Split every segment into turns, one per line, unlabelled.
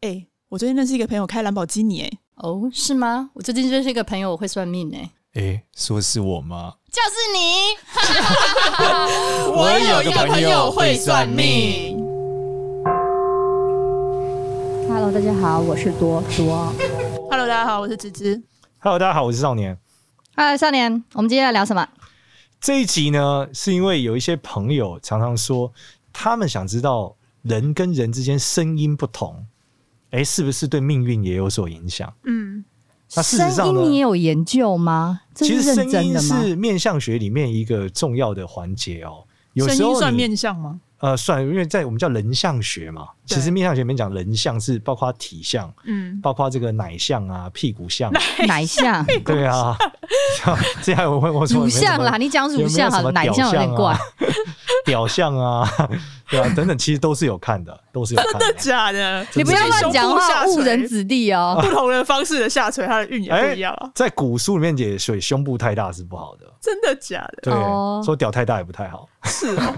哎、我最近认识一个朋友开兰博基尼、哎，
哦，是吗？我最近认识一个朋友，我会算命哎、
诶，说是我吗？
就是你。
我有一个朋友会算命。
Hello，大家好，我是多多。
Hello，大家好，我是芝芝。
Hello，大家好，我是少年。
嗨，少年，我们今天要聊什么？
这一集呢，是因为有一些朋友常常说，他们想知道人跟人之间声音不同，诶，是不是对命运也有所影响？
嗯，
那事实上呢
声音你有研究吗？这
其
是
实
认
声
真
音
的吗？
是面相学里面一个重要的环节哦。有
声
时候
音算
你
面相吗？
呃算，因为在我们叫人相学嘛，
对
其实面相学里面讲人相是包括体相，
嗯，
包括这个奶相啊、屁股相啊，
哪一项？
对啊，像这样我问我说
乳相啦，
有没有什么
你讲乳
有没有
相
啊
什
好
么
了，
啊
哪一项有点 怪？
屌相啊， 屌相啊对啊，等等，其实都是有看的，都 是有看
真
的啊
的。 假的？
你不要乱讲
胸部下
话，
垂
误人子弟 哦。
不同的方式的下垂，它的运也
哎
不一样啊。
在古书里面也说胸部太大是不好的，
真的假的？
对，
哦
说屌太大也不太好。
是哦，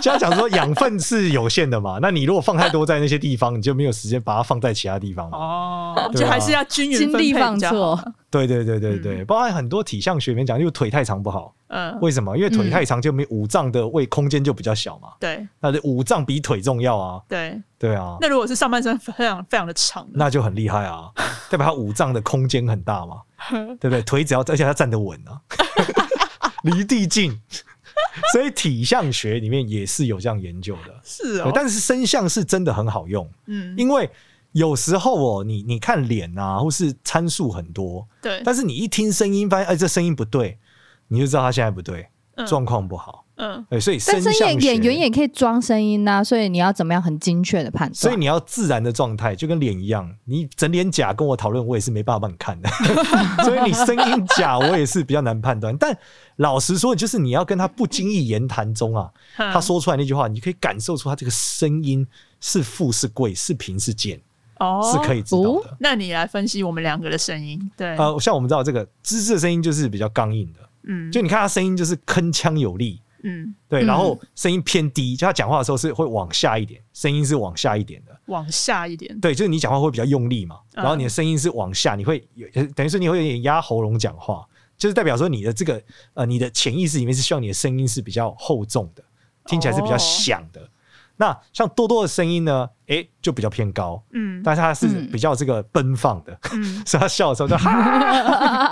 就要讲说养分是有限的嘛，那 你如果放太多在那些地方，你就没有时间把它放在其他地方嘛。
哦，
对
就
啊
还是要嗯均匀
精
分
力
配
放
比较好。
错，
对对对对对，包含很多体相学里面讲，因为腿太长不好，
嗯，
为什么？因为腿太长就没五脏的胃空间就比较小嘛，
对
那五脏比腿重要啊，
对。
对啊，
那如果是上半身非常非常的长的，
那就很厉害啊，代表他五脏的空间很大嘛，对不对？腿只要，而且他站得稳啊，离地近，所以体相学里面也是有这样研究的。
是
对
哦，
但是声相是真的很好用，
嗯，
因为有时候哦，你你看脸啊，或是参数很多，
对，
但是你一听声音，发现哎，这声音不对，你就知道他现在不对，
嗯
状况不好。
嗯
对，所以
但
声
是
相
演
学
演员也可以装声音呐，所以你要怎么样很精确的判断？
所以你要自然的状态，就跟脸一样，你整脸假跟我讨论，我也是没办法帮你 看的。所以你声音假，我也是比较难判断。但老实说，就是你要跟他不经意言谈中啊，
他
他说出来那句话，你可以感受出他这个声音是富是贵，是贫是贱，
哦
是可以知道的。
那你来分析我们两个的声音，对，
呃，像我们知道这个芝芝的声音就是比较刚硬的，
嗯，
就你看他声音就是铿锵有力，
嗯
对，然后声音偏低，就他讲话的时候是会往下一点，声音是往下一点的。
往下一点，
对，就是你讲话会比较用力嘛，
嗯
然后你的声音是往下，你会有呃等于说你会有点压喉咙讲话，就是代表说你的这个呃你的潜意识里面是希望你的声音是比较厚重的，听起来是
哦
比较响的。那像多多的声音呢，诶，就比较偏高，
嗯
但是它是
嗯
比较这个奔放的，
嗯
所以他笑的时候就 哈，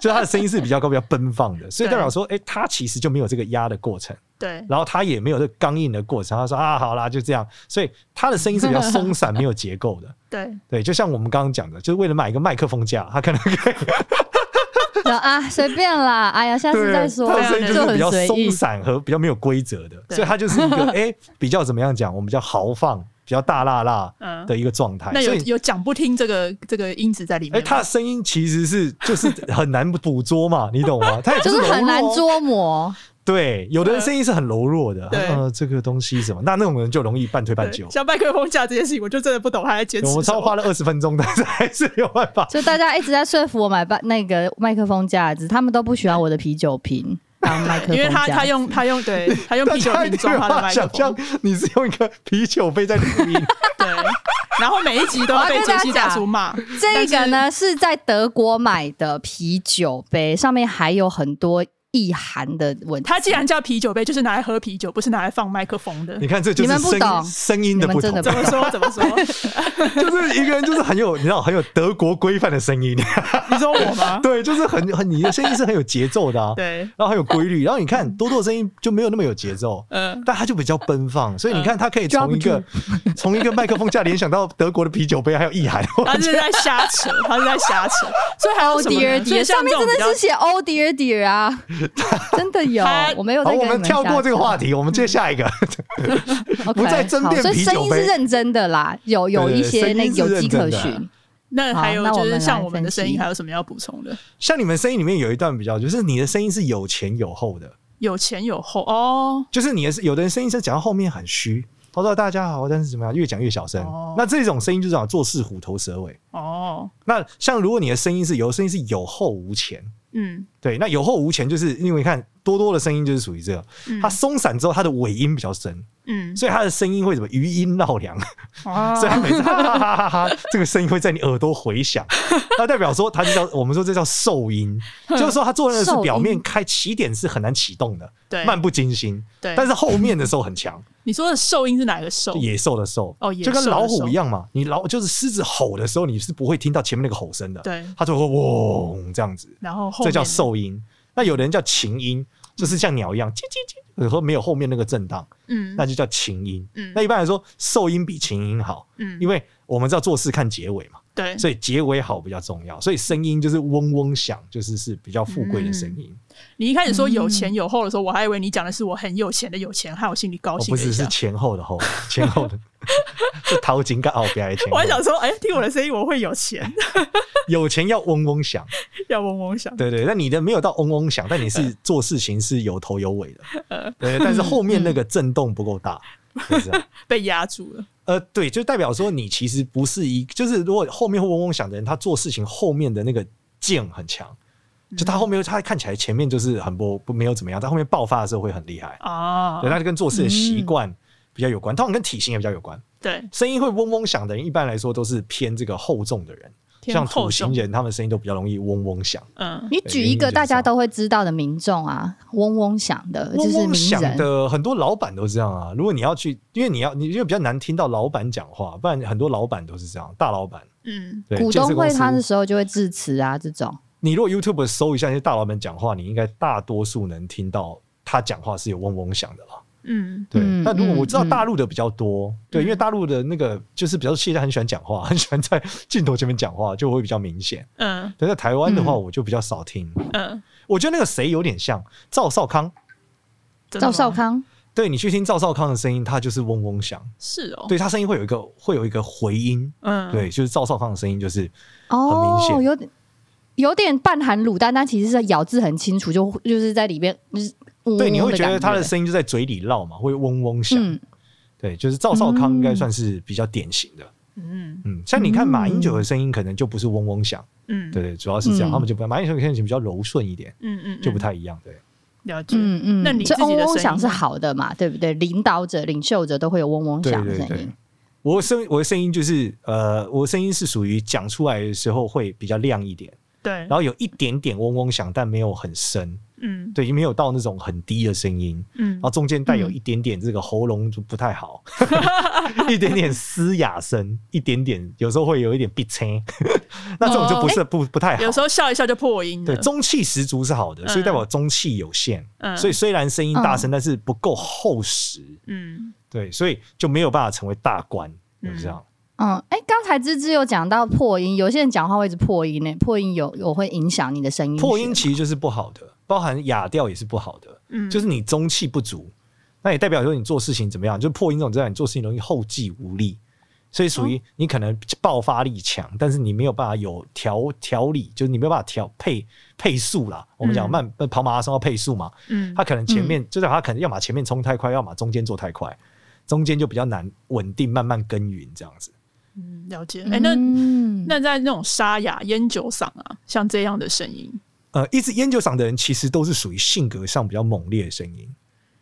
就他的声音是比较高、比较奔放的，所以代表说，诶，他其实就没有这个压的过程。
对，
然后他也没有这个刚硬的过程，他说啊，好啦，就这样，所以他的声音是比较松散、没有结构的。
对，
对，就像我们刚刚讲的，就是为了买一个麦克风架，他可能可以
然后啊，随便啦，哎呀，下次
对，
再说啊
他的声音，就
就是
比
很
较
随
松
意。
散和比较没有规则的，
对
所以他就是一个哎、比较怎么样讲，我们叫豪放、比较大辣辣
嗯
的一个状态。
那有
所以
有讲不听这个这个因子在里
哎、
面吗，
他的声音其实是就是很难捕捉嘛，你懂吗？他也不
就是
柔弱
很难捉摸，
对，有的人声音是很柔弱的，
嗯对
呃，这个东西什么，那那种人就容易半推半就
对。像麦克风架这件事情，我就真的不懂他在坚持
我
什
们
么。
超花了二十分钟，但是还是没有办 法
就大家一直在说服我买麦那个麦克风架子，他们都不喜欢我的啤酒瓶 当麦克风
因为他
架
他用他用对 他用
大
啤酒
家一
瓶
定
装
没
他的
有办法
麦克
想象
风，
你是用一个啤酒杯在录音，
对，然后每一集都要被杰西大叔骂，
这个呢是在德国买的啤酒杯，上面还有很多意涵的文字。
他既然叫啤酒杯，就是拿来喝啤酒，不是拿来放麦克风的
你。看这就
你
是
们不
声音
懂
声音的不
你
同
们真，
怎
的
么说？怎么说？
就是一个人就是很有你知道很有德国规范的声音，
你说我吗？
对，就是很很你的声音是很有节奏的啊，
对，
然后很有规律，然后你看多多的声音就没有那么有节奏。
嗯，
但他就比较奔放，所以你看，他可以从一个 从一个麦克风架联想到德国的啤酒杯，还有意涵，
他是在瞎扯，他是在瞎扯，所以还有
Oh
什么呢？
dear
所以
dear，
像
上
这
面
种
真
比
的
较
是写 Oh dear dear 啊，真的有
他，
我没有
好，
在跟
我
你
们跳过这个话
题，
题，我们接下一个。
OK，
不再争
好
辩
所以
啤酒
声音是
杯
认真的啦，有有
对
一
对声
些
音
那
是
有迹
认真
可
的
循。
那还有
好那
就
我们
是
来
像我们的
分析
声音，还有什么要补充的？
像你们声音里面有一段比较，就是你的声音是有前有后的，
有前有后哦，
就是你的有的人声音是讲到后面很虚，他说大家好，但是怎么样，越讲越小声。
哦
那这种声音就是讲做事虎头蛇尾。
哦，
那像如果你的声音是有的声音是有后无前，
嗯
对，那有后无前，就是因为你看多多的声音就是属于这个，
嗯，
它松散之后，它的尾音比较深，
嗯，
所以它的声音会怎么余音绕梁，
哦
所以它每次哈哈哈哈哈哈，这个声音会在你耳朵 回响，那代表说它就叫我们说这叫受音，就是说它做的是表面开起点是很难启动的，
对
漫不经心，
对，
但是后面的时候很强，
你说的兽音是哪个 兽？
野兽的兽，
哦野
就跟
兽的
老虎
兽
一样嘛，你老就是狮子吼的时候，你是不会听到前面那个吼声的，
对
它就会嗡这样子，
然后后
这
面
叫兽音。那有的人叫琴音，就是像鸟一样，叽叽叽，有时候没有后面那个震荡，
嗯
那就叫琴音。
嗯
那一般来说，兽音比琴音好，
嗯
因为我们知道做事看结尾嘛，
对，
所以结尾好比较重要。所以声音就是嗡嗡响，就是是比较富贵的声
嗯
音。
你一开始说有钱有后的时候，我还以为你讲的是我很有钱的有钱，害我心里高
哦，
兴
不
了一
是，是
下。
前后的后， 前后的。这淘金跟奥比还前后
我还想说，哎，听我的声音我会有钱，
有钱要嗡嗡响，
要嗡嗡响。
对对，那你的没有到嗡 嗡响，但你是做事情是有头有尾
嗯
的，对，但是后面那个震动不 够大，就是这样。
被压住了。
呃，对，就代表说你其实不是一，就是如果后面会嗡嗡响的人，他做事情后面的那个劲很强，就他后
嗯
面他看起来前面就是很不不没有怎么样，但后面爆发的时候会很厉害，
哦
对，，那就跟做事的
嗯
习惯比较有关，通常跟体型也比较有关。
对，
声音会嗡嗡响的人，一般来说都是偏这个厚重的人，
偏
像
厚
土型
重
人，他们声音都比较容易嗡嗡响。
嗯，
你举一
原因就
个
是
大
这
家
样
都会知道的民众啊，嗡嗡响的，就
嗡
是
嗡
名
响
人。
的很多老板都这样啊。如果你要去，因为你要你因为比较难听到老板讲话，不然很多老板都是这样，大老板。
嗯，
对，
股
建
东
设
会
公司
他的时候就会致辞啊，这种
你如果 YouTube 搜一下那些大老板讲话，你应该大多数能听到他讲话是有嗡嗡响的啦。
嗯，
对，
嗯
但如果
嗯
我知道
嗯
大陆的比较多，对，因为大陆的那个就是比较现在很喜欢讲话，很喜欢在镜头前面讲话，就会比较明显。
嗯，
但在台湾的话，
嗯
我就比较少听。
嗯，
我觉得那个谁有点像赵少康，
真的
赵
吗
少康，
对你去听赵少康的声音，他就是嗡嗡响，
是哦，
对他声音会有一个会有一个回音，
嗯，
对，就是赵少康的声音就是很明
哦，
显
有点有点半含卤蛋，但其实是咬字很清楚，就就是在里边就是嗡嗡
对，你会觉得
感
他的声音就在嘴里绕嘛，会嗡嗡响。
嗯
对，就是赵少康应该算是比较典型的。
嗯
嗯，像你看马英九的声音，可能就不是嗡嗡响，
嗯，
对对，主要是这样。
嗯
他们就不马英九的声音比较柔顺一点，
嗯嗯，
就
嗯
不太一样。对，
了解。
嗯嗯，
那你
所以
自己
嗡
的
嗡
声
响
音
是
呢
好的嘛，对不对？领导者、领袖者都会有嗡嗡响的
对对
声
对
音，
我的声我的声音就是呃，我的声音是属于讲出来的时候会比较亮一点，
对，
然后有一点点嗡嗡响，但没有很深，
嗯
对，没有到那种很低的声音，
嗯
然后中间带有一点点这个喉咙就不太好， 一点点嘶哑声，一点点有时候会有一点鼻青， 那这种就不是不不太好。
有时候笑一笑就破音了。
对，中气十足是好的，
嗯
所以代表中气有限。
嗯
所以虽然声音大声，但是不够厚实。
嗯
对，所以就没有办法成为大官，就是这样。
嗯，哎，刚才芝芝有讲到破音，有些人讲话会一直破音呢，破音有有会影响你的
嗯
声音学。
破音其实就是不好的，包含哑调也是不好的，
嗯，
就是你中气不足，那也代表说你做事情怎么样，就破音这种，知道你做事情容易后继无力。所以属
哦
于你可能爆发力强，但是你没有办法有调调理，就是你没有办法调配配速啦。我们讲
嗯
慢、跑马拉松要配速嘛，
嗯
他可能前面、就是他可能要么前面冲太快，要么中间做太快，中间就比较难稳定慢慢耕耘这样子。
嗯了解。
嗯，
哎，那
那
那在那种沙哑烟酒嗓啊，像这样的声音，
呃，一直烟酒嗓的人其实都是属于性格上比较猛烈的声音，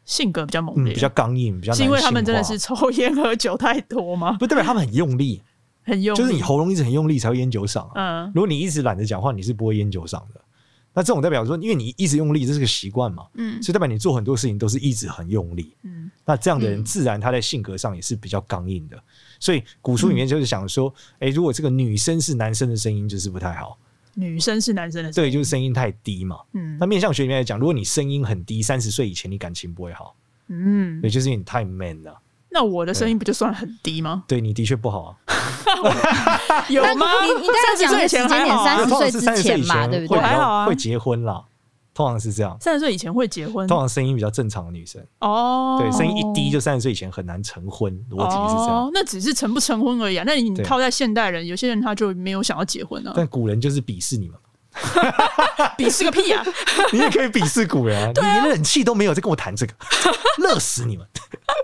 性格比较猛
嗯，
烈，
比较刚硬，比较
是因为他们真的
男性
是
化
抽烟喝酒太多吗？
不代表他们很用力，
很用力，
就是你喉咙一直很用力才会烟酒嗓啊、
嗯
如果你一直懒得讲话，你是不会烟酒嗓的。那这种代表说，因为你一直用力，这是个习惯嘛，
嗯
所以代表你做很多事情都是一直很用力。
嗯
那这样的人自然他在性格上也是比较刚硬的，所以古书里面就是想说，诶，如果这个女生是男生的声音就是不太好，
女生是男生的声
对，
音，
就是声音太低嘛。
嗯
那面相学里面来讲，如果你声音很低，三十岁以前你感情不会好，
嗯
对，，就是因为你太 man 了，
那我的声音不就算很低吗？
对你的确不好啊。
有吗？
你你刚才讲的时间
30岁以前
点
还好啊
三十
通常
岁
是
之
三十岁
前
以
嘛，
前
对不
会
对
比？
还好啊
较会结婚啦，通常是这样。
三十岁以前会结婚
通常声音比较正常的女生，
哦，
对声音一低就三十岁以前很难成婚，逻辑是这样。
哦，那只是成不成婚而已啊。那你
对
套在现代人，有些人他就没有想要结婚啊，
但古人就是鄙视你们嘛，
鄙视个屁 啊！
你也可以鄙视古人啊，你连冷气都没有，在跟我谈这个， 乐死你们！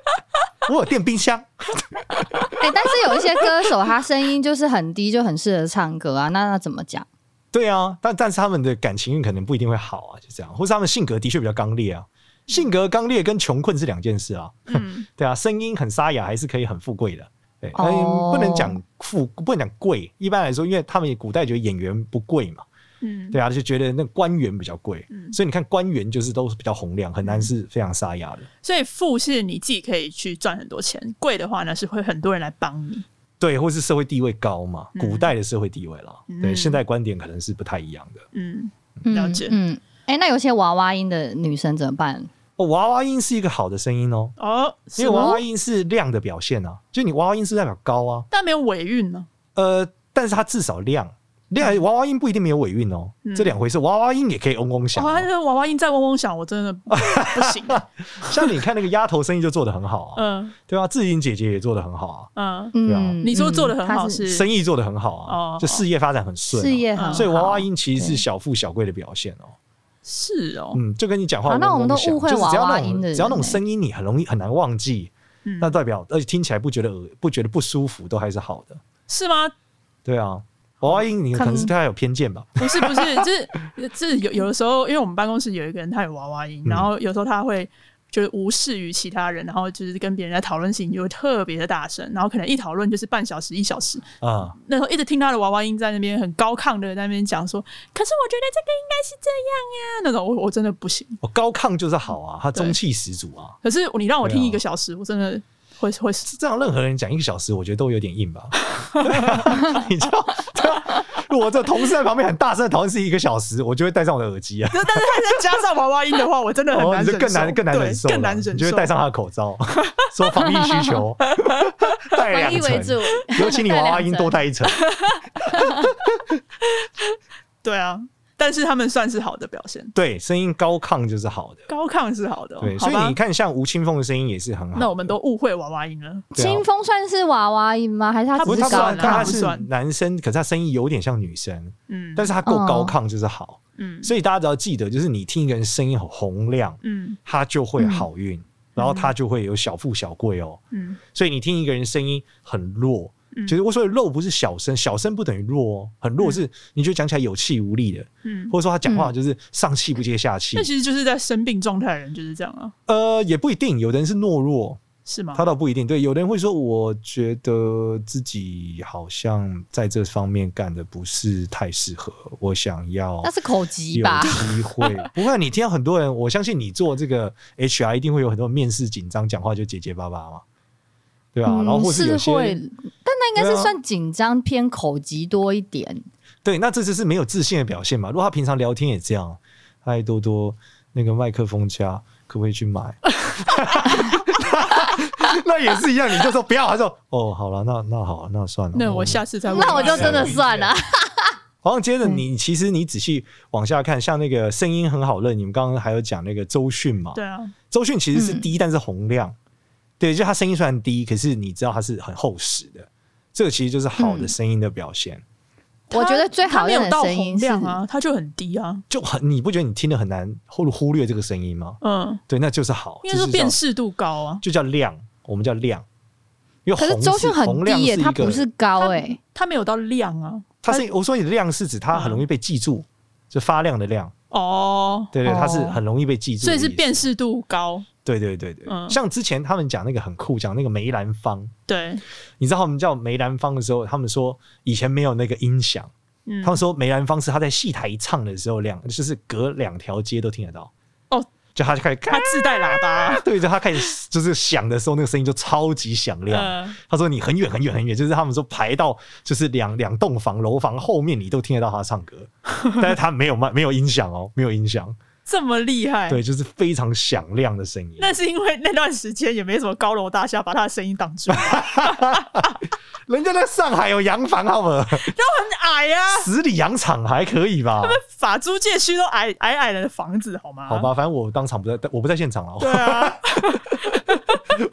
我有电冰箱，
哎、但是有一些歌手他声音就是很低，就很适合唱歌啊，那那怎么讲？
对啊，但但是他们的感情运可能不一定会好啊，就这样，或是他们性格的确比较刚烈啊。性格刚烈跟穷困是两件事啊，
嗯，
对啊，声音很沙哑还是可以很富贵的，对，
哦
嗯不能讲富，不能讲贵。一般来说，因为他们古代觉得演员不贵嘛，
嗯，
对啊，就觉得那官员比较贵，
嗯
所以你看官员就是都是比较洪亮，很难是非常沙哑的。
所以富是你自己可以去赚很多钱，贵的话呢是会很多人来帮你。
对，或是社会地位高嘛，
嗯
古代的社会地位啦，
嗯
对，现在观点可能是不太一样的。
嗯，
嗯
了解
嗯，哎、那有些娃娃音的女生怎么办？
哦，娃娃音是一个好的声音哦，
哦，
因为娃娃音是亮的表现啊，就你娃娃音是代表高啊，
但没有尾韵呢。
呃，但是它至少亮。亮娃娃音不一定没有尾韵哦，
嗯
这两回事。娃娃音也可以嗡嗡响哦、
哇，那个娃娃音在嗡嗡响，我真的不行。
像你看那个丫头生意就做得很好啊，
嗯
对啊，志颖姐姐也做得很好啊，
嗯，
对啊
嗯，
你说做的
嗯
很
她
好
是
是
生意做得很好啊
哦，
就事业发展很顺啊，
事业
嗯
很好，
所以娃娃音其实是
对
小富小贵的表现哦。
是哦，
嗯，就跟你讲话
好
嗡嗡响，
那我们都误会
啊就是只要那
娃娃
种
音的人
只要那种
欸
声音，你很容易很难忘记，
嗯
那代表而且听起来不觉得恶不觉得不舒服，都还是好的。
是吗？
对啊，娃娃音你可
看
能是对他有偏见吧？
不是不是，就是就是有有的时候，因为我们办公室有一个人他有娃娃音，
嗯
然后有时候他会就是无视于其他人，然后就是跟别人在讨论事情就会特别的大声，然后可能一讨论就是半小时一小时，
啊，
那时候一直听他的娃娃音在那边很高亢的在那边讲说，可是我觉得这个应该是这样呀、啊那种我我真的不行。
我哦高亢就是好啊，他中气十足啊。
可是你让我
对
听
啊
一个小时，我真的会会
这样任何人讲一个小时，我觉得都有点硬 吧。你知道， 对啊如果我这同事在旁边很大声地讨论是一个小时，我就会戴上我的耳机 啊，
但是他再加上娃娃音的话，我真的很
哦，
难
你
忍
就
受，
更难更难
对
忍受了，
更难忍
你就会
受。
戴上他的口罩，说防疫 需求，戴了
防疫
两
为
层啊
主，，
尤其你娃娃音多戴一层，
对啊，但是他们算是好的表现，
对，声音高亢就是好的，
高亢是好的哦、
对，
好
所以
吧
你，看像吴青峰的声音也是很好的，
那我们都误会娃娃音了。
对啊
清风算是娃娃音吗？还是他
她
只
不
不
是
是
他
算啊
高
算，
她
他
亢
不
是
算
男生，可是他声音有点像女生，
嗯，
但
是
是他够
哦
高亢就是好，
嗯
所以大家只要记得，就是你听一个人声音很洪亮，
嗯
他就会好运，然后他就会有小富小贵哦。
嗯
所以你听一个人声音很弱，
嗯
就是我说的弱不是小声，小声不等于弱哦，很弱是你觉得讲起来有气无力的，
嗯，
或者说他讲话就是上气不接下气
那。其实就是在生病状态的人就是这样啊，
呃，也不一定，有的人是懦弱，
是吗？
他倒不一定。对，有的人会说，我觉得自己好像在这方面干的不是太适合，我想要
那是口疾
有
吧？
机会。不会，你听到很多人，我相信你做这个 HR 一定会有很多面试紧张，讲话就结结巴巴嘛，对吧、然后或
嗯是
有
会，
些
但那应该
对
是
啊
算紧张偏口疾多一点。
对，那这就是没有自信的表现嘛。如果他平常聊天也这样，嗨多多，那个麦克风家可不可以去买？ 那也是一样，你就说不要，他说哦，好了，那那好，那算了。
那我
们
下次再问。啊
那我就真的算了。
好像接着
对
你，其实你仔细往下看，像那个声音很好认，你们刚刚还有讲那个周迅嘛，
对啊，
周迅其实是
嗯
低，但是洪亮，对，就他声音虽然低，可是你知道他是很厚实的，这个其实就是好的
嗯
声音的表现，
我觉得最
他
好
没
用
有
的
到
声
洪
音是
亮啊，他就很低啊，
就很你不觉得你听得很难忽忽略这个声音吗？
嗯，
对，那就是好，
应该说
这是叫
辨识度高啊。
就叫亮，我们叫亮，因为
可是
红
周迅很
洪亮
低耶，
一
他
个
不是高哎，
他没有到亮啊。
它是我说你的亮是指它很容易被记住，就发亮的亮，
哦，
对对，
嗯哦
它是很容易被记住
所
的意
以
思，
是辨识度高。
对对对对，
嗯
像之前他们讲那个很酷，讲那个梅兰芳，
对，
你知道他们叫梅兰芳的时候，他们说以前没有那个音响，
嗯，
他们说梅兰芳是他在戏台唱的时候两，就是隔两条街都听得到，
哦，
就他就开始咔
他，自带喇叭。
对着他开始就是响的时候，那个声音就超级响亮。
嗯
他说你很远很远很远，就是他们说排到就是两两栋房楼房后面，你都听得到他唱歌， 但是他没有麦没有音响哦，没有音响，
这么厉害，
对，就是非常响亮的声音。
哎那是因为那段时间也没什么高楼大厦把他的声音挡 住，很
人家在上海有洋房，好吗？
矮啊，
十里洋场还可 以吧？
法租界区都矮矮矮的房子，好吗？
好，吧，反正我当场不在，我不在现场了，
啊对啊，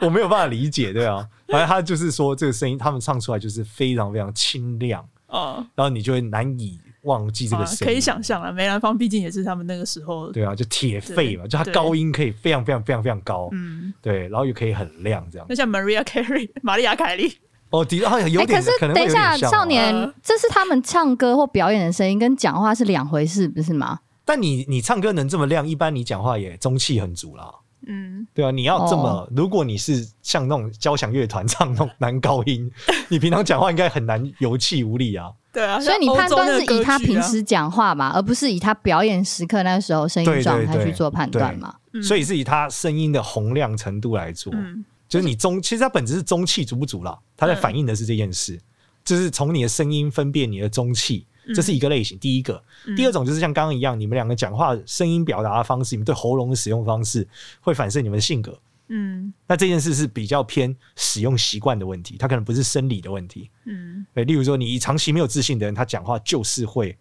我没有办法理解，对啊。反正他就是说这个声音，他们唱出来就是非常非常清亮，
哦，
然后你就会难以忘记这
好
个
啊
声音、
可以想。象了，梅兰芳毕竟也是他们那个时候，
对啊，就铁肺嘛，
对
就它
对
高音可以非常非常非常非常高，
嗯，
对，然后又可以很亮这样
那。像 Maria Carey、玛丽亚凯莉，
哦，的啊有
哎，
点，
可是
可能会
等一
有
下，
点像啊
少年
呃，
这是他们唱歌或表演的声音，跟讲话是两回事，不是吗？
但你你唱歌能这么亮，一般你讲话也中气很足啦。
嗯，
对啊，你要这么，
哦
如果你是像那种交响乐团唱那种男高 音，你平常讲话应该很难有气无力啊。
对啊，
所以你
像欧
判
洲
断
那
是
个歌
以他
剧啊
平时讲话嘛，而不是以他表演时刻那时候声音
对
状
对
态
对
去做判断嘛？
嗯
所以是以他声音的洪亮程度来做，
嗯
就是你中，其实它本质是中气足不足啦，它在反映的是这件事，就是从你的声音分辨你的中气，
嗯
这是一个类型。第一个，
嗯
第二种就是像刚刚一样，你们两个讲话声音表达的方式，你们对喉咙的使用方式，会反射你们的性格。
嗯
那这件事是比较偏使用习惯的问题，它可能不是生理的问题。
嗯
对，例如说你长期没有自信的人，他讲话就是会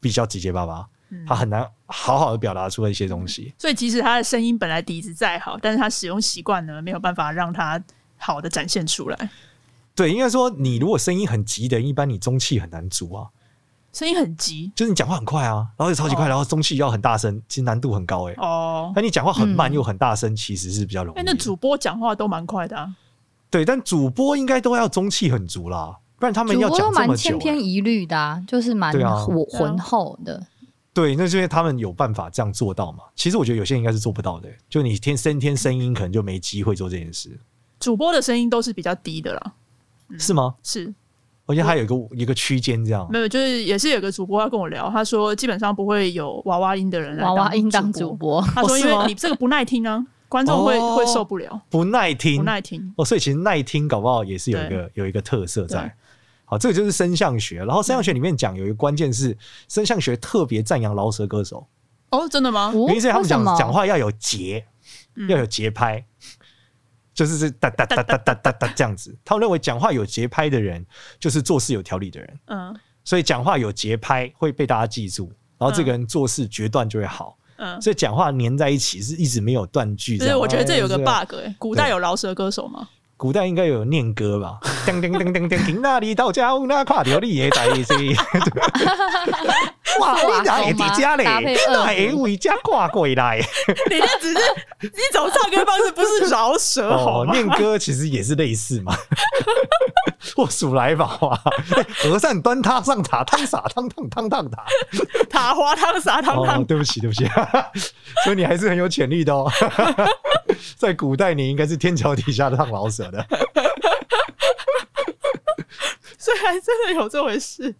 比较直接巴巴，
嗯
他很难好好的表达出一些东西。
所以即使他的声音本来底子再好，但是他使用习惯呢，没有办法让他好的展现出来。
对，应该说你如果声音很急的人，一般你中气很难足啊，
声音很急
就是你讲话很快啊，然后又超级快，
哦
然后中气要很大声，其实难度很高哎、欸。
哦。
但你讲话很
嗯
慢又很大声，其实是比较容易
哎，
的。
那主播讲话都蛮快的啊，
对，但主播应该都要中气很足啦，不然他们
主
要
播
讲
都
这
蛮
么
千
久、
篇
欸。
一律的、啊，就是蛮
对啊
浑
对啊
浑厚的。
对，那就是因为他们有办法这样做到嘛。其实我觉得有些人应该是做不到的欸、就你天先天声音可能就没机会做这件事，
主播的声音都是比较低的啦。
是吗？
是，
我觉得还有一个有一个区间这样
没。有，就是也是有个主播要跟我聊，他说基本上不会有娃娃音的人来
娃娃音当
当
主
主播。
播，
他说
哦
因
是吗
为你这个不耐听啊，观众会
哦
会受不了，
不耐听，
不耐听。
哦，所以其实耐听搞不好也是有一个有一个特色在
对。
好，这个就是声相学。然后声相学里面讲有一个关键是，声相学特别赞扬饶舌歌手，
哦，真的吗？
哦
原因是他
为
们
什
讲
么
讲话要有节，
嗯
要有节拍，就是这哒哒哒哒哒哒哒这样子。他们认为讲话有节拍的人，就是做事有条理的人。
嗯
所以讲话有节拍会被大家记住，然后这个人做事决断就会好。
嗯，
所以讲话粘在一起是一直没有断句。
就是
样
我觉得这有个
哎
bug 哎，古代
对
有饶舌歌手吗？
古代应该有念歌吧？ 噔噔噔噔噔，停那里到家，那跨条你也在这。哇，你哪会在家嘞？
搭配二胡
哪会为家跨过来？
你那只是一种唱歌方式，不是饶舌好
哦，
吗？
念歌其实也是类似嘛。 我数来宝啊，和尚端他上塔，汤洒汤烫汤烫塔。
塔滑汤撒汤
哦，
汤，
对不起， 对不起，所以你还是很有潜力的哦。 在古代，你应该是天桥底下的烫老舍的。
所以还真的有这回事。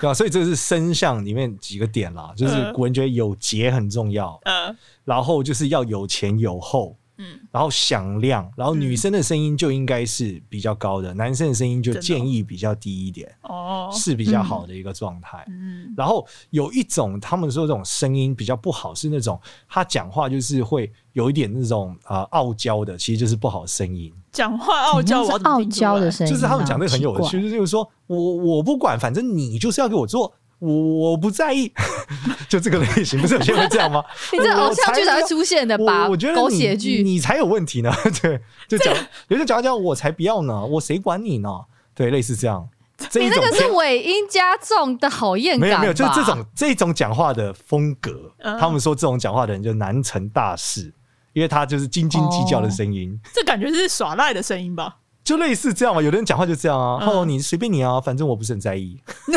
对啊，所以这是声相里面几个点啦，就是
嗯
古人觉得有节很重要，
呃，
然后就是要有前有后，
嗯，
然后响亮，然后女生的声音就应该是比较高的，男生的声音就
真的哦
建议比较低一点，
哦，
是比较好的一个状态。
嗯
然后有一种他们说这种声音比较不好，是那种他讲话就是会有一点那种呃傲娇的，其实就是不好的声音。
讲话傲娇，我
是
要怎么
傲
听出
娇
来
的声音啊，
就是他们讲的很有
奇怪
趣，就是说我我不管，反正你就是要给我做。我我不在意， 就这个类型，不是有些人会这样吗？
你这偶像剧才会出现的吧？
我我觉得
狗
你
血剧，
你才有问题呢。 对，就讲有些讲讲我才不要呢，我谁管你呢？对，类似这样。这一
你那
种
个是
偏
尾音加重的讨厌
没
感
有
吧？
没有，就是这种这种讲话的风格，
嗯
他们说这种讲话的人就难成大事，因为他就是斤斤计较的声
哦
音，
这感觉是耍赖的声音吧？
就类似这样嘛。有的人讲话就这样啊，
嗯
哦，你随便你啊，反正我不是很在意，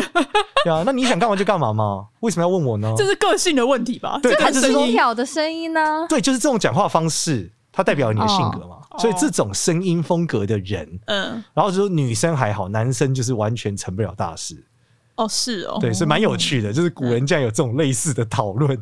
对啊，那你想干嘛就干嘛嘛，为什么要问我呢？
哦
这是个性的问题吧？
对
这
他
个
就是说
声
轻
音，
佻的声音呢？
对，就是这种讲话方式，它代表你的性格嘛。
哦
所以这种声音风格的人，
嗯，
然后就说女生还好，男生就是完全成不了大事。
哦，是哦，
对，是蛮有趣的，就是古人竟然有这种类似的讨 论。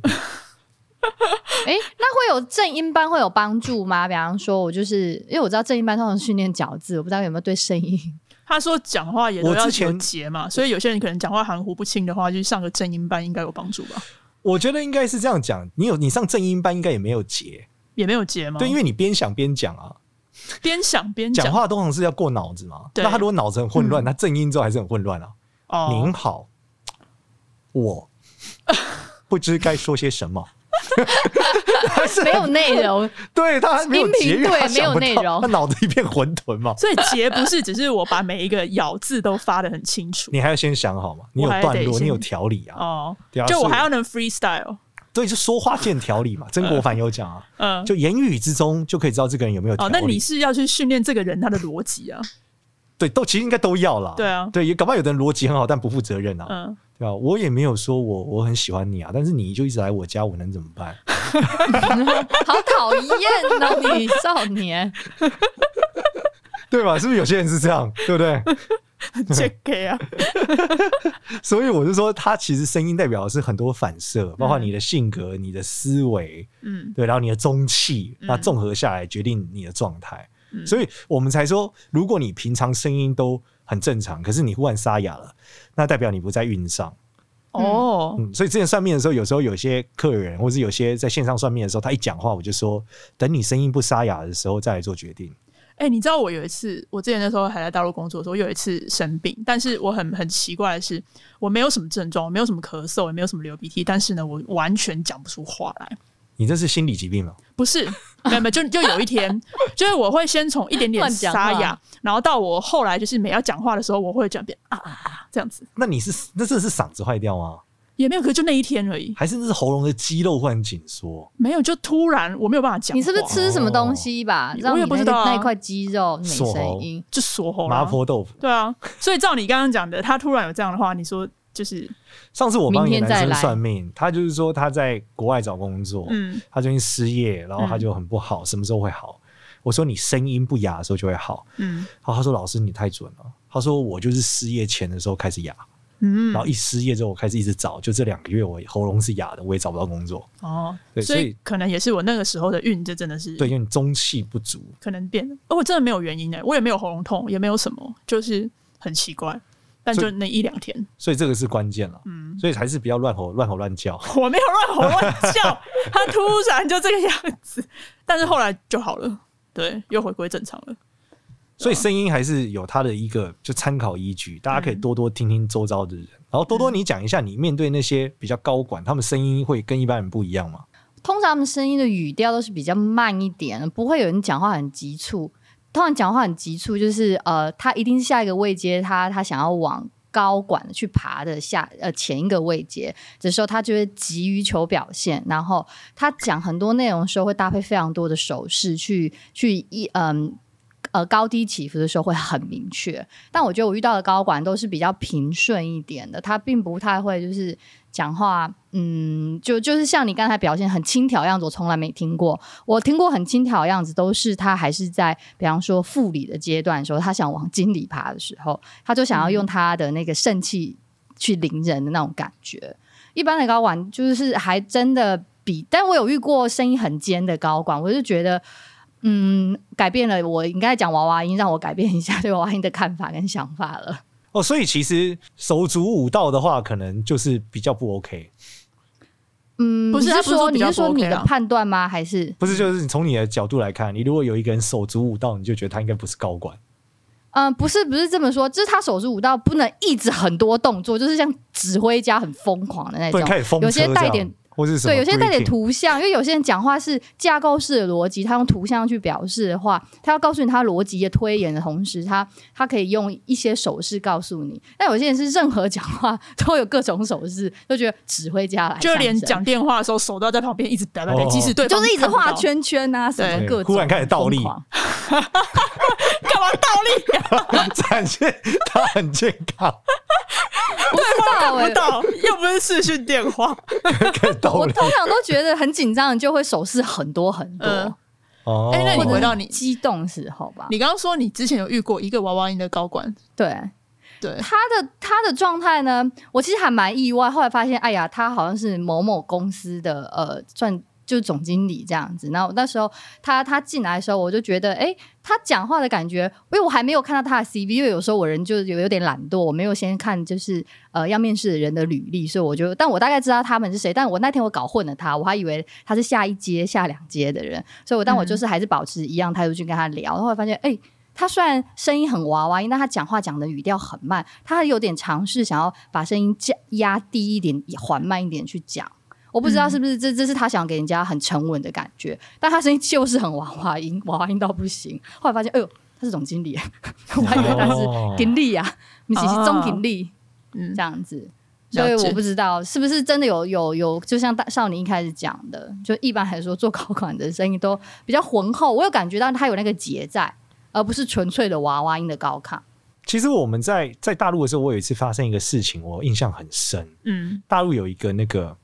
诶，那会有正音班会有帮助吗？比方说，我就是因为我知道正音班通常训练咬字，我不知道有没有对声音。
他说讲话也都
我
要
之
有
前
节嘛，所以有些人可能讲话含糊不清的话，就上个正音班应该有帮助吧？
我觉得应该是这样讲，你有你上正音班应该也没有结，
也没有节吗？
对，因为你边想边讲啊，
边想哦边
讲话通常是要过脑子嘛。
对嗯
那他如果脑子很混乱，他正音之后还是很混乱啊。
哦，
您好，我不知该说些什么。他 是
没有内容，
对他没有
音频
节约，
对
他想不
没有
到
内容
他脑子一片混沌嘛。
所以节不是只是我把每一个咬字都发的很清楚
你还要先想好嘛，你有
我还得
段落，
先
你有条理啊，
哦
对啊，
就我
所以
还要能 freestyle，
对，就说话见条 理嘛。曾国藩有讲啊，
嗯，
就言语之中就可以知道这个人有没有条
哦，
理。
那你是要去训练这个人他的逻辑啊？
对，都其实应该都要啦。
对啊
对，也搞不好有的人逻辑很好，但不负责任啊，
嗯，
对吧、我也没有说我我很喜欢你啊，但是你就一直来我家，我能怎么办？
好讨厌哦，你少 年。
对吧？是不是有些人是这样，对不对？
这个啊，
所以我就说，它其实声音代表的是很多反射，包括你的性格、你的思维，
嗯
对，然后你的中气，
嗯
那综合下来决定你的状态。
嗯
所以我们才说，如果你平常声音都很正常，可是你忽然沙哑了，那代表你不在运上。
哦，
嗯，所以之前算命的时候，有时候有些客人或是有些在线上算命的时候，他一讲话，我就说，等你声音不沙哑的时候再来做决定。
哎、你知道我有一次，我之前那时候还在大陆工作的时候，有一次生病，但是我很很奇怪的是，我没有什么症状，我没有什么咳嗽，也没有什么流鼻涕，但是呢，我完全讲不出话来。
你这是心理疾病吗？
不是，没有没有，就就有一天，就是我会先从一点点
乱讲
沙哑
话，
然后到我后来就是每要讲话的时候，我会讲变啊啊啊这样子，
那你是那这是嗓子坏掉吗？
也没有，可就那一天而已，
还是那是喉咙的肌肉忽然紧缩？
没有，就突然我没有办法讲话，
你是不是吃什么东西吧？让
我
你
也
那
不知道啊
那一块肌肉没
锁喉
声音，
就锁喉了
麻
啊？
婆豆腐。
对啊，所以照你刚刚讲的，他突然有这样的话，你说就是
上次我帮一
明
个
天再
男生
来
算命，他就是说他在国外找工作，
嗯
他最近失业，然后他
嗯
就很不好，什么时候会好？我说你声音不哑的时候就会好。
嗯
好，他说老师你太准了。他说我就是失业前的时候开始哑，
嗯
然后一失业之后我开始一直找，就这两个月我喉咙是哑的，我也找不到工作。
哦
对，
所
所以
以可能也是我那个时候的运，这真的是
对，因为你中气不足。
可能变了。哦，我真的没有原因的，我也没有喉咙痛，也没有什么，就是很奇怪，但
所
就
以
那一两天，
所以这个是关键了，嗯，所以还是不要乱吼乱吼乱叫。
我没有乱吼乱叫， 他突然就这个样子，但是后来就好了，对，又回归正常了。
所以声音还是有它的一个就参考依据，大家可以多多听听周遭的人，然后多多你讲一下你面对那些比较高管，他们声音会跟一般人不一样吗？
通常他们声音的语调都是比较慢一点，不会有人讲话很急促。通常讲话很急促，就是呃，他一定是下一个位阶，他他想要往高管去爬的下呃前一个位阶的时候，他就会急于求表现，然后他讲很多内容的时候会搭配非常多的手势去去一嗯。呃，高低起伏的时候会很明确，但我觉得我遇到的高管都是比较平顺一点的，他并不太会就是讲话，嗯，就就是像你刚才表现很轻佻的样子，我从来没听过。我听过很轻佻的样子，都是他还是在，比方说副理的阶段的时候，他想往经理爬的时候，他就想要用他的那个盛气去凌人的那种感觉。一般的高管就是还真的比，但我有遇过声音很尖的高管，我就觉得。嗯，改变了我应该讲娃娃音，让我改变一下对娃娃音的看法跟想法了。
哦，所以其实手足舞蹈的话，可能就是比较不 OK，
嗯，
不是
你
他不
是
是说比
你
较
是说
不
你
OK
的
啊
判断吗？还是
不是就是你从你的角度来看，你如果有一个人手足舞蹈，你就觉得他应该不是高管，
嗯，不是不是这么说，就是他手术舞蹈不能一直很多动作，就是像指挥家很疯狂的那种
不能开始疯车
哎有些带
这
点
样。或是什么
对，有些带点
breaking
图像，因为有些人讲话是架构式的逻辑，他用图像去表示的话，他要告诉你他逻辑的推演的同时，他他可以用一些手势告诉你。但有些人是任何讲话都有各种手势，就觉得指挥家来上
就
身，
连讲电话的时候，手都要在旁边一直摆摆摆，
哦
即使对方
就是一直
看不到
画，圈圈啊，什么
对
各种，
忽然开始倒立
干嘛倒立、 啊？
展现他很健康，
不知 道哎、
不到，又不是视讯电话。
可以倒
我
立
通常都觉得很紧张，就会手势很多很多。
嗯
哦。
哎那你回到你
激动的时候吧。
你刚刚说你之前有遇过一个娃娃音的高管，
对
对，
他的他的状态呢，我其实还蛮意外。后来发现，哎呀，他好像是某某公司的呃，算就是总经理这样子。然后那时候他他进来的时候，我就觉得，哎，他讲话的感觉，因为我还没有看到他的 CV，因为有时候我人就有有点懒惰，我没有先看就是呃要面试的人的履历，所以我就，但我大概知道他们是谁。但我那天我搞混了他，我还以为他是下一阶、下两阶的人，所以我但我就是还是保持一样态度去跟他聊。然后我发现，哎、他虽然声音很娃娃音，但他讲话讲的语调很慢，他还有点尝试想要把声音加压低一点，缓慢一点去讲。我不知道是不是这这是他想给人家很沉稳的感觉，但他声音就是很娃娃音，娃娃音到不行。后来发现，哎呦，他是总经理， 我还以为他
哦
是经理啊，你是
哦
总经理
嗯
这，样子。
了
所以
解
我不知道是不是真的有有有，就像大少年一开始讲的，就一般来说做高管的声音都比较浑厚，我有感觉到他有那个结在，而不是纯粹的娃娃音的高亢。
其实我们在在大陆的时候，我有一次发生一个事情，我印象很深。
嗯
大陆有一个那个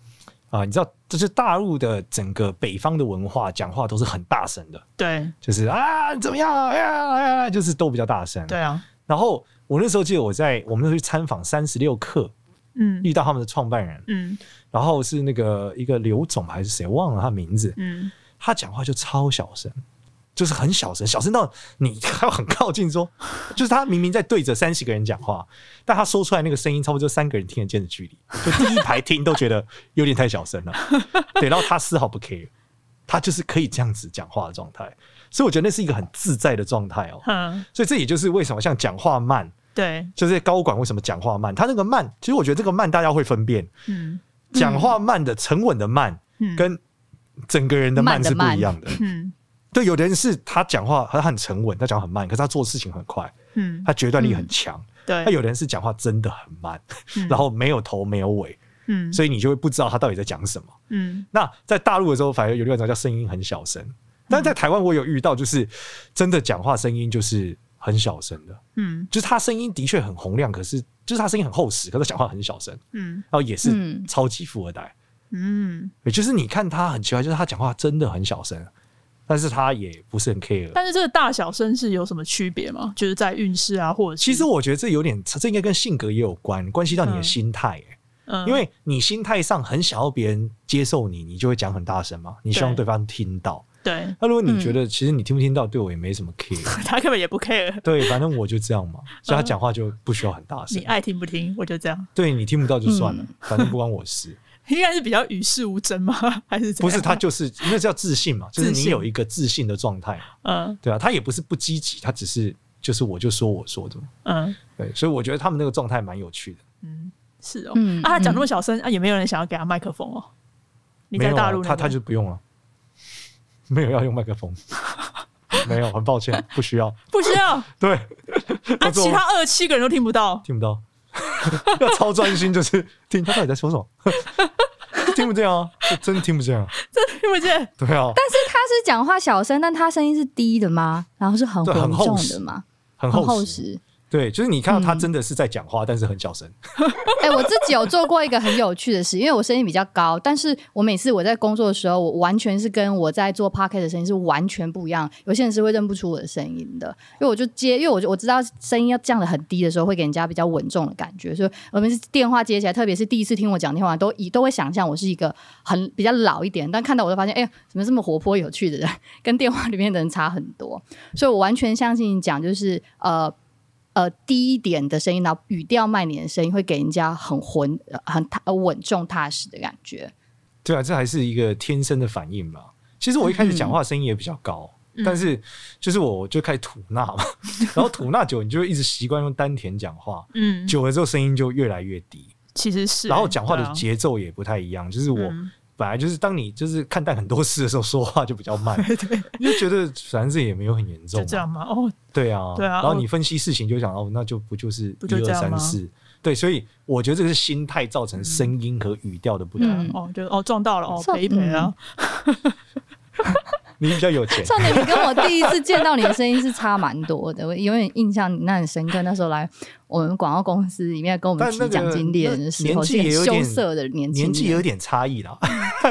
啊、你知道，就是大陆的整个北方的文化，讲话都是很大声的，
对
就是啊怎么样啊呀哎呀，就是都比较大声。
对。啊，
然后我那时候记得我在我们那时候去参访三十六课，
嗯
遇到他们的创办人，
嗯
然后是那个一个刘总还是谁忘了他名字，
嗯，
他讲话就超小声，就是很小声，小声到你还要很靠近说，就是他明明在对着三十个人讲话，但他说出来那个声音差不多就三个人听得见的距离，就第一排听都觉得有点太小声了。对，然后他丝毫不 care，他就是可以这样子讲话的状态，所以我觉得那是一个很自在的状态哦。
哼，
所以这也就是为什么像讲话慢，
对，
就是高管为什么讲话慢，他那个慢，其实我觉得这个慢大家会分辨，
嗯
讲话慢的沉稳的慢
嗯
跟整个人的慢
慢的
是不
慢
一样的。
嗯
对，有的人是他讲话他很沉稳，他讲话很慢，可是他做事情很快，
嗯，
他决断力很强。
对，
那、有的人是讲话真的很慢，
嗯
然后没有头没有尾，
嗯
所以你就会不知道他到底在讲什么。
嗯
那在大陆的时候，反而有另外一种叫声音很小声，但在台湾我有遇到，就是真的讲话声音就是很小声的，
嗯
就是他声音的确很洪亮，可是就是他声音很厚实，可是他讲话很小声，
嗯
然后也是
嗯
超级富二代。
嗯，
也就是你看他很奇怪，就是他讲话真的很小声，但是他也不是很 care。
但是这个大小声是有什么区别吗？就是在运势啊，或者是
其实我觉得这有点，这应该跟性格也有关，关系到你的
嗯
心态、欸
嗯
因为你心态上很想要别人接受你，你就会讲很大声嘛，你希望
对嗯
对方听到。
对
那如果你觉得其实你听不听到对我也没什么 care，
他根本也不 care
对，反正我就这样嘛，所以他讲话就不需要很大声
你。爱听不听，我就这样，
对你听不
嗯
到就算了，反正不关我事。
应该是比较与世无争吗？还是怎
不
样
是他就是那叫自 信嘛，就是
自
你
信
有一个自信的状态嘛，
嗯
对啊，他也不是不积极，他只是就是我就说我说的嘛，
嗯
对，所以我觉得他们那个状态蛮有趣的。
嗯，是哦，
嗯
啊，他讲那么小声啊，也没有人想要给他麦克风哦。你
没
在
有
大
啊
陆那
他
边、
他就不用了， 没有要用麦克风， 没有，很抱歉， 不需要。
不需要，啊，
对，我
其他二十七个人都听不到，
听不到， 要超专心，就是 听他到底在说什么，听不见啊，就真的听不见啊，
真的听不见。
对啊，
但是他是讲话小声，但他声音是低的吗？然后是很
对很
浑
厚
重
实
的吗？
很
很
厚实。
实。
对，就是你看到他
嗯
真的是在讲话，但是很小声。
哎、我自己有做过一个很有趣的事，因为我声音比较高，但是我每次我在工作的时候，我完全是跟我在做 p o c k e t 的声音是完全不一样。有些人是会认不出我的声音的，因为我就接，因为我就我知道声音要降的很低的时候，会给人家比较稳重的感觉。所以我们是电话接起来，特别是第一次听我讲电话，都以都会想象我是一个很比较老一点，但看到我就发现，哎、呀，怎么这么活泼有趣的人，跟电话里面的人差很多。所以我完全相信你讲，就是呃。呃低一点的声音，然后语调慢一点的声音，会给人家很浑、呃很踏呃稳重踏实的感觉。
对啊，这还是一个天生的反应吧。其实我一
嗯
开始讲话声音也比较高，但是就是我就开始吐纳嘛， 然后吐纳久，你就会一直习惯用丹田讲话，
嗯，
久了之后声音就越来越低。
其实是，
然后讲话
对
的
啊
节奏也不太一样，就是我
嗯
本来就是当你就是看淡很多事的时候，说话就比较 慢，你就觉得反正这也没有很严重
就这
嘛，
样嘛。哦，
对啊，
对啊
然后
哦
你分析事情就想哦，那就不就是
不
一
就这
二
样
三
吗
四，对，所以我觉得这个是心态造成声音和语调的不同。
嗯
哦，就哦撞到了，哦
撞
赔一赔啊。
你比较有 钱，
少年，你跟我第一次见到你的声音是差蛮多的，我永远印象你那很深刻。那时候来我们广告公司里面跟我们
但
提
那个
奖金猎人的时
那
候，
年
是
纪
很
也有
羞
点
涩的年轻
年
人，
纪有点差异啦，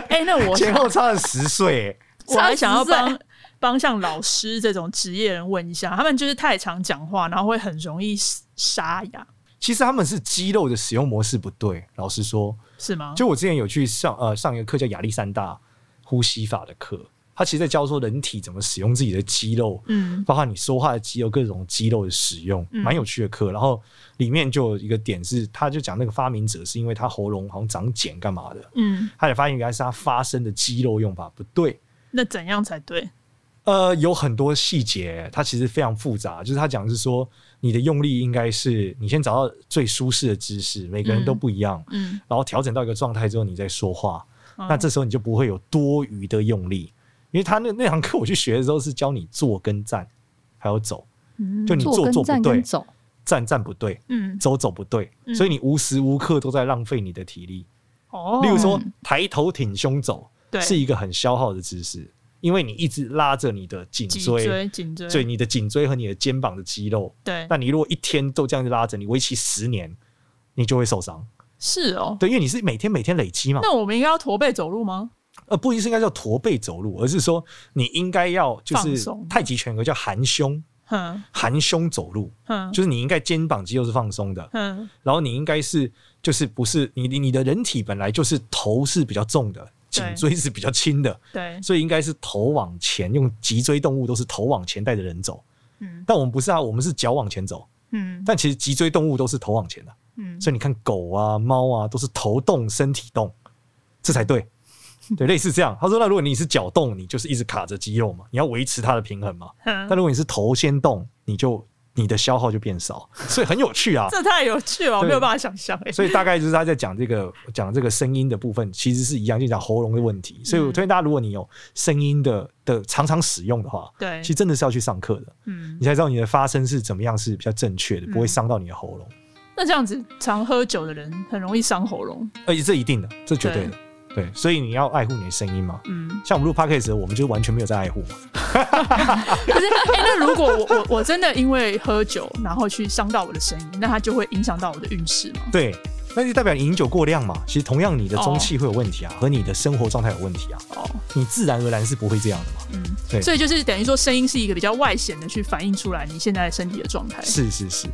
哎，那 我
前后差了十岁、欸。
我还想要
差十
帮帮像老师这种职业人问一下，他们就是太常讲话，然后会很容易沙哑，
其实他们是肌肉的使用模式不对，老实说，
是吗？
就我之前有去上呃上一个课叫亚历山大呼吸法的课，他其实在教说人体怎么使用自己的肌肉，
嗯
包括你说话的肌肉各种肌肉的使用，
嗯
蛮有趣的课。然后里面就有一个点是，他就讲那个发明者是因为他喉咙好像长茧干嘛的，
嗯，
他也发现原来是他发声的肌肉用法不对。
那怎样才对？
呃，有很多细节，它其实非常复杂。就是他讲的是说，你的用力应该是你先找到最舒适的姿势，每个人都
嗯
不一样。
嗯，
然后调整到一个状态之后，你再说话，
嗯
那这时候你就不会有多余的用力，因为他那那堂课我去学的时候是教你坐跟站，还有走，
嗯
就你坐
跟
坐不
站
对
跟，走，
站站不对，
嗯
走走不对，
嗯
所以你无时无刻都在浪费你的体力。
哦，
例如说，抬头挺胸走
对
是一个很消耗的姿势，因为你一直拉着你的颈
脊
椎，
椎、颈椎，
所以你的颈椎和你的肩膀的肌肉，
对，
那你如果一天都这样子拉着，你为期十年，你就会受伤。
是哦。
对，因为你是每天每天累积嘛。
那我们应该要驼背走路吗？
呃，不一定是应该叫驼背走路，而是说你应该要就
放
是
松
太极拳有个叫含胸，
哼
含胸走路，
哼
就是你应该肩膀肌肉是放松的，
哼，
然后你应该是就是不是你你你的人体本来就是头是比较重的，
对
颈椎是比较轻的，
对，
所以应该是头往前，用脊椎动物都是头往前带着人走。
嗯
但我们不是啊，我们是脚往前走，
嗯
但其实脊椎动物都是头往前的，
嗯，
所以你看狗啊、猫啊都是头动身体动，这才对。对，类似这样。他说，那如果你是脚动，你就是一直卡着肌肉嘛，你要维持它的平衡嘛。
哼
但如果你是头先动，你就你的消耗就变少，所以很有 趣啊。
这太有趣了，我
对
没有办法想象哎。
所以大概就是他在讲这个讲这个声音的部分，其实是一样，就讲喉咙的问题。所以我推荐大家，如果你有声音的的常常使用的话，
对
其，实真的是要去上课的，
嗯
你，才知道你的发声是怎么样是比较正确的，不会伤到你的喉咙。
那这样子常喝酒的人很容易伤喉咙。
而呃且这一定的，这绝对的，对。所以你要爱护你的声音嘛。
嗯，
像我们录 podcast，我们就完全没有在爱护嘛。
可是，哎、那如果我我我真的因为喝酒，然后去伤到我的声音，那它就会影响到我的运势吗？
对，那就代表你饮酒过量嘛。其实同样，你的中气会有问题
哦
啊，和你的生活状态有问题啊，
哦，
你自然而然是不会这样的嘛。
嗯，
对
所以就是等于说，声音是一个比较外显的去反映出来你现在身体的状态。
是是是，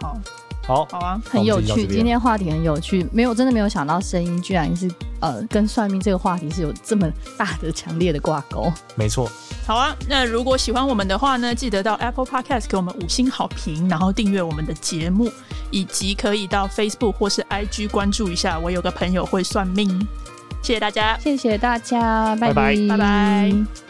好，
好，
好啊，
很有
那
趣，
我们就到这边
今天话题很有趣，没有真的没有想到声音居然是呃跟算命这个话题是有这么大的强烈的挂钩。
没错，
好啊。那如果喜欢我们的话呢，记得到 Apple Podcast 给我们五星好评，然后订阅我们的节目，以及可以到 Facebook 或是 IG 关注一下。我有个朋友会算命，谢谢大家。
谢谢大家，拜
拜拜
拜拜